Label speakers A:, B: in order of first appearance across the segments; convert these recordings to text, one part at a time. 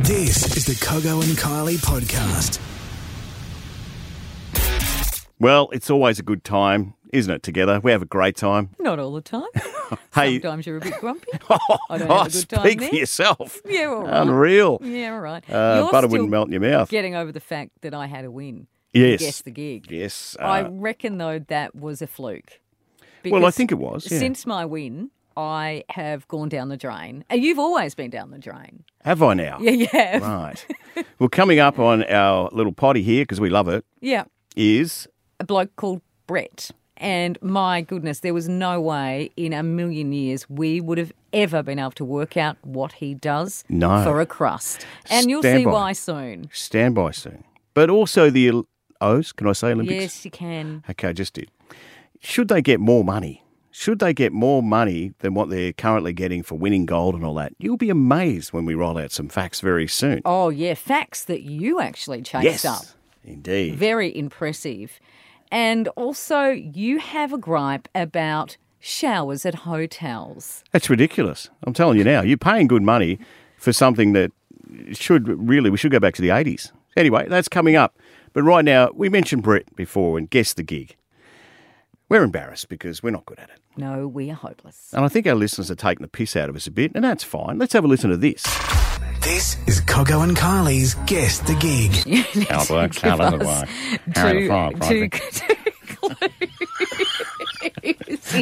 A: This is the Cogo and Kylie podcast.
B: Well, it's always a good time, isn't it? Together, we have a great time.
C: Not all the time.
B: Hey,
C: Sometimes you're a bit grumpy. I don't
B: oh,
C: have a good time eh?
B: speak
C: there.
B: for yourself.
C: Yeah, all right.
B: Unreal.
C: Yeah, all right.
B: Uh,
C: You're
B: butter
C: still
B: wouldn't melt in your mouth.
C: Getting over the fact that I had a win.
B: Yes.
C: Guess the gig.
B: Yes.
C: I
B: Uh,
C: reckon though that was a fluke.
B: well, I
C: Because
B: think it was. yeah.
C: Since my win, I have gone down the drain. And you've always been down the drain.
B: have I now?
C: Yeah, yeah,
B: Right. well, coming up on our little potty here because we love it
C: yeah.
B: is
C: a bloke called Brett. And my goodness, there was no way in a million years we would have ever been able to work out what he does
B: No.
C: for a crust. And you'll
B: Stand
C: see
B: by.
C: why soon.
B: standby soon, but also the Ol- O's. Can I say Olympics?
C: Yes, you can.
B: Okay, I just did. Should they get more money? Should they get more money than what they're currently getting for winning gold and all that? You'll be amazed when we roll out some facts very soon.
C: Oh, yeah, facts that you actually chased
B: yes,
C: up.
B: indeed.
C: Very impressive. And also, you have a gripe about showers at hotels.
B: That's ridiculous. I'm telling you now. You're paying good money for something that should really we should go back to the 80s. Anyway, that's coming up. But right now, we mentioned Brett before and guess the gig. We're embarrassed because we're not good at it.
C: No, we are hopeless.
B: And I think our listeners are taking the piss out of us a bit, and that's fine. Let's have a listen to this.
A: This is Cogo and Kylie's Guess the Gig.
B: How works,
C: give
B: how does it
C: us
B: work? How
C: two-
B: the fuck,
C: two-
B: Roger?
C: two clues, you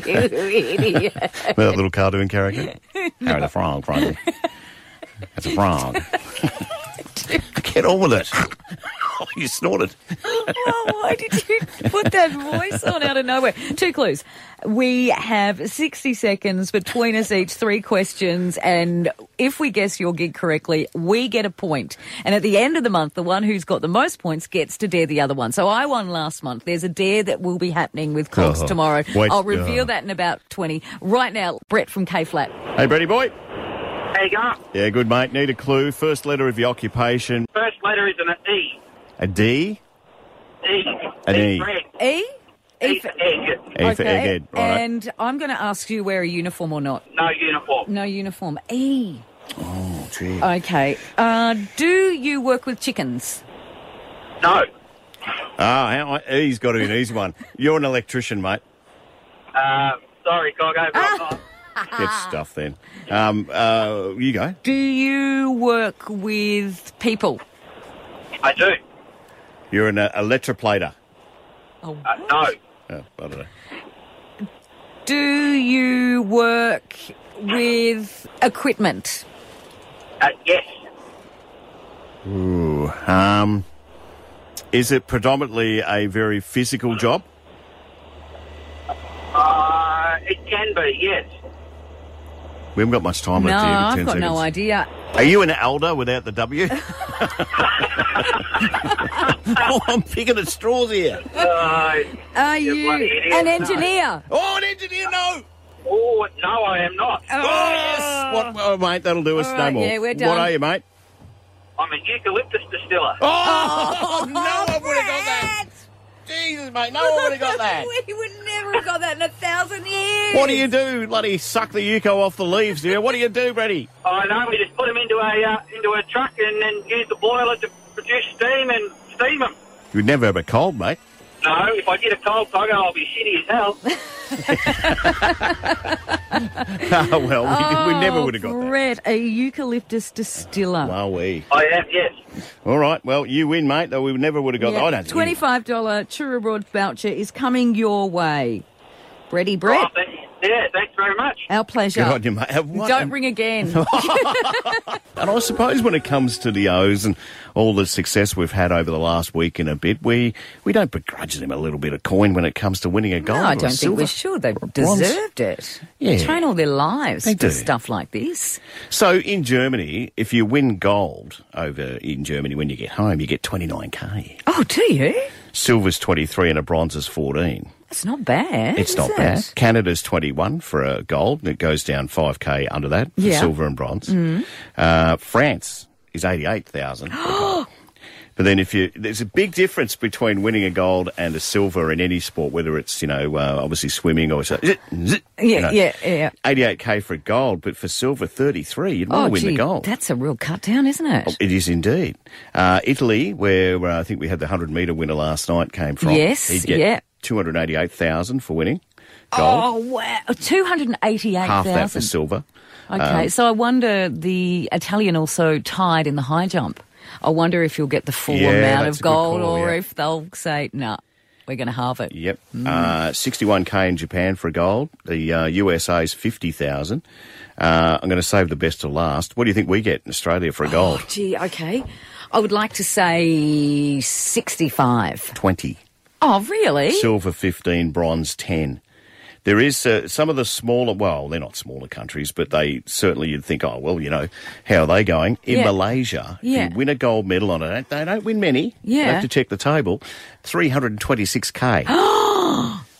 C: idiot.
B: With that little cartoon character? Harry the Frog, Froggy. That's a frog. Get on with it. Oh, you snorted.
C: Oh, why did you put that voice on out of nowhere? Two clues. We have 60 seconds between us each, three questions, and if we guess your gig correctly, we get a point. And at the end of the month, the one who's got the most points gets to dare the other one. So I won last month. There's a dare that will be happening with Cogs
B: Oh,
C: tomorrow.
B: wait,
C: I'll reveal
B: oh.
C: that in about 20. Right now, Brett from K Flat.
B: Hey, Brady boy.
D: There you go.
B: Yeah, good, mate. Need a clue. First letter of your occupation.
D: First letter is an E.
B: A D?
D: E.
B: An E.
D: for egg.
C: E?
D: E
C: E
D: for
C: for-
D: egg.
B: E for egghead. Right.
C: And I'm going to ask you wear a uniform or not.
D: No uniform.
C: No uniform. E.
B: oh, gee.
C: Okay. Uh, do you work with chickens?
D: No.
B: Ah, how, he's got an easy one. You're an electrician, mate.
D: Uh, sorry, Gogo. but I'm not.
B: Good
C: Ah.
B: stuff, then. Um, uh, you go.
C: Do you work with people?
D: I do.
B: You're an uh, electroplater.
C: Oh,
D: Uh, no.
B: Oh, I don't know.
C: Do you work with equipment?
D: Uh, yes.
B: Ooh, um, is it predominantly a very physical job?
D: Uh, it can be, yes.
B: We haven't got much time
C: no,
B: left here.
C: I've
B: 10
C: got no
B: seconds.
C: idea.
B: Are you an elder without the W? oh, I'm picking at straws here.
D: Uh,
C: Are you,
D: bloody idiot.
C: an
D: No.
C: engineer?
B: Oh, an engineer, no!
D: oh, no, I am not.
B: Oh, yes! What, oh, mate, that'll do us
C: All
B: no
C: right,
B: more.
C: yeah, we're
B: What
C: done.
B: are you, mate?
D: I'm a eucalyptus distiller.
B: Oh, no one would have got that. Jesus, mate, no one would have got that.
C: we would never have got that in a thousand years.
B: What do you do, bloody suck the yuko off the leaves, dear? What do you do, Brady?
D: I know, we just put them into a, uh, into a truck and then use the boiler to produce steam and steam them.
B: You'd never have a cold, mate.
D: No, if I get a cold Gogo, I'll be shitty as hell.
B: oh, well, we, we never would have got that.
C: Brett, a eucalyptus distiller.
B: Are we?
D: I am, yes.
B: All right. Well, you win, mate. Though we never would have got.
C: Yeah,
B: that. I don't. think-
C: Twenty-five dollar tour abroad voucher is coming your way, Brady
D: Oh,
C: Brett.
D: thank, yeah, thanks very much.
C: Our pleasure.
B: Good on you, mate. Have one-
C: Don't ring again.
B: And I suppose when it comes to the O's and all the success we've had over the last week and a bit, we we don't begrudge them a little bit of coin when it comes to winning a gold. or
C: no, Oh, I
B: a
C: don't think
B: silver
C: we should. They
B: or a bronze.
C: deserved it.
B: Yeah.
C: They train all their lives
B: They
C: for
B: do.
C: stuff like this.
B: So in Germany, if you win gold over in Germany when you get home, you get twenty nine k.
C: Oh, do you?
B: Silver's twenty three and a bronze is fourteen.
C: That's not bad.
B: It's
C: is
B: not
C: it?
B: bad. Canada's 21 for a gold, and it goes down 5K under that for
C: Yeah. Mm. Oh!
B: silver and bronze. Uh, France is 88,000. for gold. But then, if you there's a big difference between winning a gold and a silver in any sport, whether it's you know uh, obviously swimming or so, zit, zit, you
C: Yeah,
B: know.
C: yeah, yeah.
B: 88k for a gold, but for silver 33, you'd want
C: Oh,
B: to win
C: gee,
B: the gold. Oh,
C: That's a real cut down, isn't it?
B: It is indeed. Uh, Italy, where, where I think we had the 100 metre winner last night, came from.
C: Yes,
B: He'd get
C: yeah.
B: 288,000 for winning gold,
C: Oh wow, two hundred and eighty-eight
B: half that for
C: thousand.
B: silver. Um,
C: Okay, so I wonder the Italian also tied in the high jump. I wonder if you'll get the full
B: Yeah,
C: amount
B: that's
C: of
B: a good
C: gold,
B: call,
C: or
B: yeah.
C: if they'll say no, we're going to halve it.
B: Yep. Uh, 61k in Japan for a gold. The uh, USA's 50,000. Uh, I'm going to save the best to last. What do you think we get in Australia for a gold?
C: Gee, okay. I would like to say sixty-five.
B: 20.
C: Oh, really?
B: silver 15, bronze 10. There is uh, some of the smaller, well, they're not smaller countries, but they certainly you'd think, oh, well, you know, how are they going? In
C: Yeah.
B: Malaysia, if
C: Yeah.
B: you win a gold medal on it. They don't win many. You
C: Yeah.
B: have to check the table. 326K.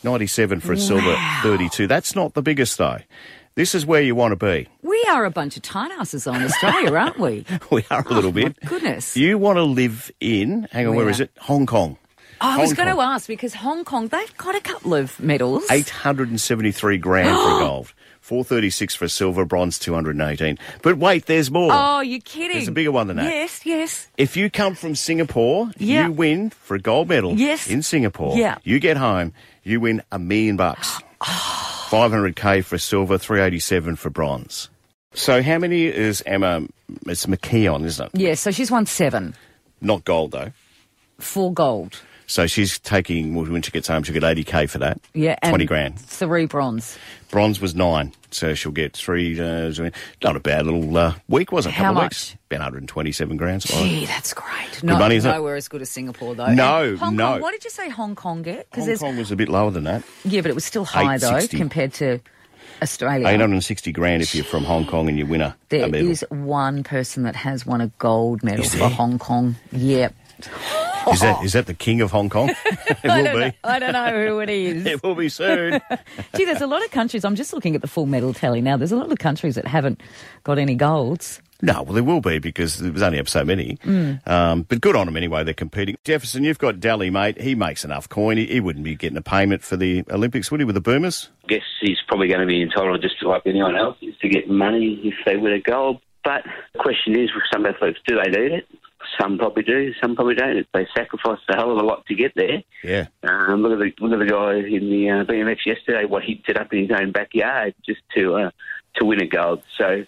B: 97 for a silver, 32. That's not the biggest, though. This is where you want to be.
C: We are a bunch of tight asses on Australia, aren't we?
B: We are a little
C: my
B: bit.
C: goodness.
B: You want to live in, hang on,
C: Where? Oh,
B: where is it? Hong Kong.
C: I was
B: Hong
C: going to
B: Kong.
C: ask because Hong Kong, they've got a couple of medals.
B: 873 grand for gold. 436 for silver, bronze 218. But wait, there's more.
C: Oh, you're kidding.
B: There's a bigger one than that.
C: Yes, yes.
B: If you come from Singapore,
C: Yeah.
B: you win for a gold medal
C: Yes.
B: in Singapore.
C: Yeah.
B: You get home, you win a million bucks. 500k for silver, 387 for bronze. So how many is Emma? It's McKeon, isn't it?
C: Yes, so she's won seven.
B: Not gold though.
C: Four gold.
B: So she's taking when she gets home, she'll get 80k for that.
C: Yeah. And
B: 20 grand.
C: Three bronze.
B: Bronze was nine, so she'll get three. Uh, so- not a bad little uh, week, was it?
C: How
B: Couple of
C: much?
B: weeks. About 127 grand. something like
C: Gee, that's great. No,
B: money, isn't it?
C: nowhere as good as Singapore, though.
B: No,
C: And Hong
B: no.
C: Kong, what did you say Hong Kong get?
B: that.
C: Because
B: Hong
C: there's
B: Kong was a bit lower than that.
C: yeah, but it was still high though
B: 860.
C: compared to Australia.
B: 860 grand if you're from Hong Kong and you win a, a
C: There
B: medal.
C: is one person that has won a gold medal
B: Is
C: for
B: there?
C: Hong Kong. Yep.
B: Is that is that the king of Hong Kong? it
C: Oh. I
B: will
C: don't, know,
B: be.
C: I don't know who it is.
B: It will be soon.
C: Gee, there's a lot of countries. I'm just looking at the full medal tally now. There's a lot of countries that haven't got any golds.
B: no, well, there will be because there was only up so many.
C: Mm.
B: Um, but good on them anyway. They're competing. Jefferson, you've got Daly, mate. He makes enough coin. He, he wouldn't be getting a payment for the Olympics, would he, with the Boomers?
E: guess he's probably going to be entitled just like anyone else is to get money if they win a gold. But the question is, with some athletes, do they need it? Some probably do, some probably don't. They sacrifice a hell of a lot to get there.
B: Yeah.
E: Um, look at the look at the guy in the uh, BMX yesterday. What he did up in his own backyard just to uh, to win a gold. So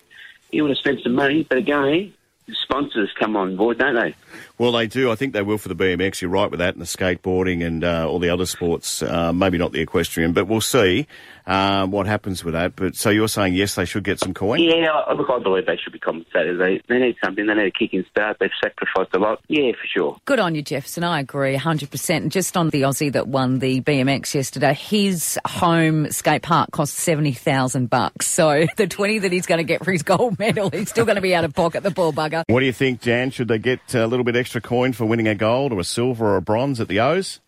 E: he would have spent some money. But again, sponsors come on board, don't they?
B: Well, they do. I think they will for the BMX. You're right with that, and the skateboarding and uh, all the other sports. Uh, maybe not the equestrian, but we'll see um, what happens with that. But so you're saying yes, they should get some coin.
E: Yeah, I- look, I believe they should be compensated. They they need something. They need a kick and start. They've sacrificed a lot. Yeah, for sure.
C: Good on you, Jefferson. I agree 100%. And just on the Aussie that won the BMX yesterday, his home skate park cost 70,000 bucks. So the 20 that he's going to get for his gold medal, he's still going to be out of pocket, the poor bugger.
B: What do you think, Jan? Should they get a little bit extra coin for winning a gold or a silver or a bronze at the O's?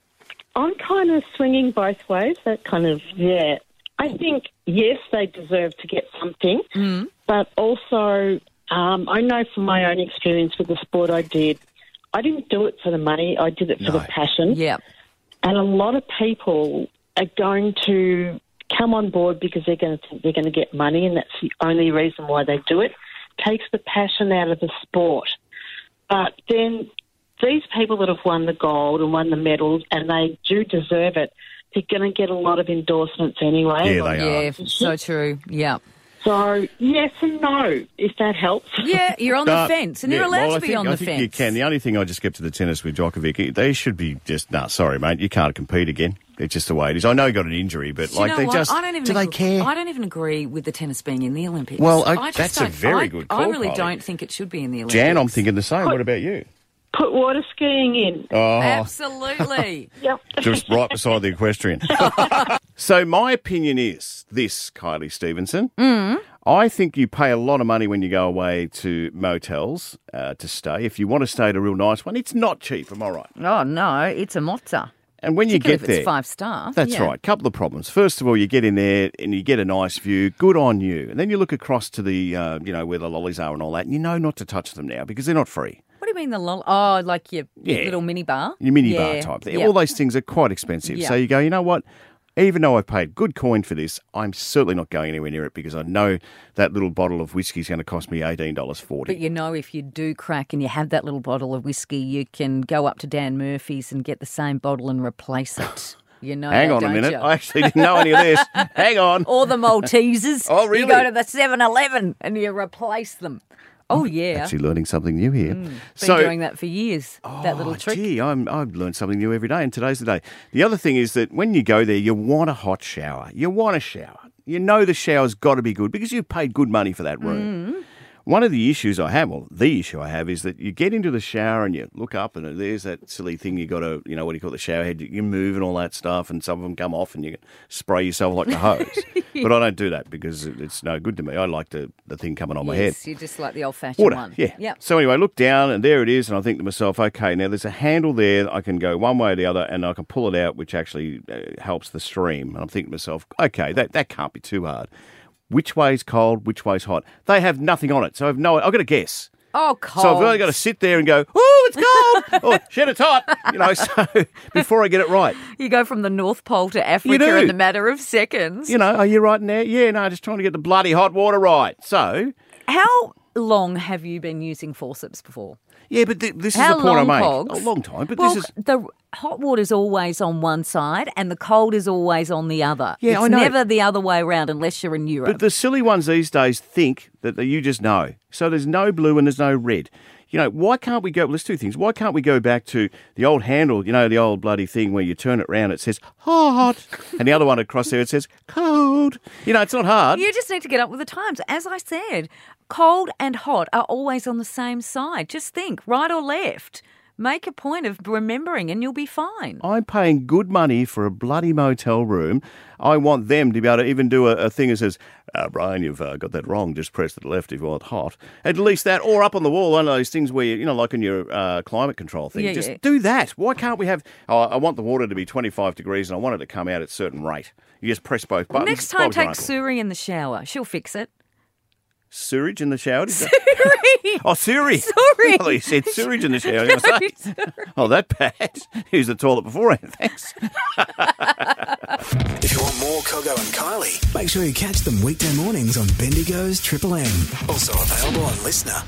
F: I'm kind of swinging both ways. That kind of, yeah. I think, yes, they deserve to get something, but also, um, I know from my own experience with the sport I did, I didn't do it for the money, I did it for
B: No.
F: the passion.
C: Yeah.
F: And a lot of people are going to come on board because they're going to think they're going to get money, and that's the only reason why they do it. Takes the passion out of the sport. But then these people that have won the gold and won the medals, and they do deserve it, they're going to get a lot of endorsements anyway.
B: Yeah, they
C: yeah,
B: are.
C: so true. Yeah.
F: So, yes and no, if that helps.
C: Yeah, you're on
B: Uh,
C: the fence, and
B: yeah,
C: you're allowed
B: well, I
C: to be
B: think-
C: on
B: I
C: the
B: think
C: fence.
B: You can. The only thing I just get to the tennis with Djokovic, they should be just nah. Sorry, mate, you can't compete again. It's just the way it is. I know he got an injury, but
C: Do you
B: like
C: know
B: they
C: what?
B: just
C: I don't even
B: do they
C: ag-
B: care?
C: I don't even agree with the tennis being in the Olympics.
B: Well, I-
C: just
B: that's a
C: don't-
B: very
C: I-
B: good
C: I
B: call,
C: really
B: Kylie.
C: don't think it should be in the Olympics.
B: Jan, I'm thinking the same. What about you?
F: Put water skiing in.
B: Oh,
C: Absolutely.
F: Yep.
B: just right beside the equestrian. so my opinion is this, Kylie Stevenson.
C: Mm.
B: I think you pay a lot of money when you go away to motels uh, to stay. If you want to stay at a real nice one, it's not cheap. Am I right?
C: oh, no, it's a mozza.
B: And when you get
C: if it's
B: there,
C: five star.
B: That's
C: yeah.
B: right. Couple of problems. First of all, you get in there and you get a nice view. Good on you. And then you look across to the, uh, you know, where the lollies are and all that, and you know not to touch them now because they're not free.
C: What do you mean the lol? Oh, like your
B: Yeah.
C: little mini bar?
B: your mini
C: Yeah.
B: bar type thing.
C: Yep.
B: All those things are quite expensive. So
C: Yeah.
B: you go, you know what? Even though I paid good coin for this, I'm certainly not going anywhere near it because I know that little bottle of whiskey is going to cost me eighteen dollars forty.
C: But you know, if you do crack and you have that little bottle of whiskey, you can go up to Dan Murphy's and get the same bottle and replace it. You know,
B: Hang
C: that,
B: on a
C: don't Oh,
B: minute,
C: you?
B: I actually didn't know any of this. Hang on.
C: or the Maltesers.
B: Oh,
C: You
B: really?
C: go to the 7 Eleven and you replace them. Oh, yeah. Mm.
B: Actually, learning something new here.
C: Been doing that for years, that little
B: Oh,
C: trick.
B: Gee, I'm, I've learned something new every day, and today's the day. The other thing is that when you go there, you want a hot shower. You want a shower. You know the shower's got to be good because you paid good money for that room.
C: Mm-hmm.
B: One of the issues I have, well, the issue I have, is that you get into the shower and you look up, and there's that silly thing you got to, you know, what do you call it, the shower head? You move and all that stuff, and some of them come off, and you spray yourself like a hose. But I don't do that because it- it's no good to me. I like the, the thing coming on my head.
C: Yes, you just like the old fashioned
B: Water,
C: one.
B: yeah.
C: Yep.
B: So anyway, I look down and there it is, and I think to myself, okay, now there's a handle there. that I can go one way or the other, and I can pull it out, which actually uh, helps the stream. And I'm thinking to myself, okay, that that can't be too hard. Which way's cold? Which way's hot? They have nothing on it, so I've no. I've got to guess.
C: Oh, cold.
B: So I've really got to sit there and go, oh, it's cold. oh, shit, it's hot. You know, so before I get it right,
C: You go from the North Pole to Africa
B: do.
C: in the matter of seconds.
B: you know, are you right in there? Yeah, no, just trying to get the bloody hot water right. So
C: How long have you been using forceps before?
B: yeah, but th- this
C: How
B: is the point I
C: long,
B: make.
C: Cogs?
B: A long time, but
C: well,
B: this is
C: the hot water's always on one side and the cold is always on the other.
B: Yeah,
C: it's
B: I know.
C: never the other way around unless you're in Europe.
B: But the silly ones these days think that that you just know. So there's no blue and there's no red. You know, why can't we go? Let's do things. Why can't we go back to the old handle, you know, the old bloody thing where you turn it round, it says hot, and the other one across there, it says cold. You know, it's not hard.
C: You just need to get up with the times. As I said, cold and hot are always on the same side. Just think, right or left. Make a point of remembering and you'll be fine.
B: I'm paying good money for a bloody motel room. I want them to be able to even do a, a thing that says, uh, Brian, you've uh, got that wrong. Just press the left if you want hot. At least that, or up on the wall, one of those things where, you, you know, like in your uh, climate control thing.
C: Yeah,
B: just
C: yeah.
B: do that. Why can't we have, oh, I want the water to be 25 degrees and I want it to come out at a certain rate. You just press both buttons.
C: Next time,
B: Bob's your
C: take
B: uncle.
C: Suri in the shower. She'll fix it.
B: Sewerage in the shower? Did you- Oh, Siri.
C: Sorry.
B: Oh, you said sewage in the shower. I was gonna say. Oh, that bad. Use the toilet beforehand. Thanks.
A: If you want more Cogo and Kylie, make sure you catch them weekday mornings on Bendigo's Triple M. Also available on Listener.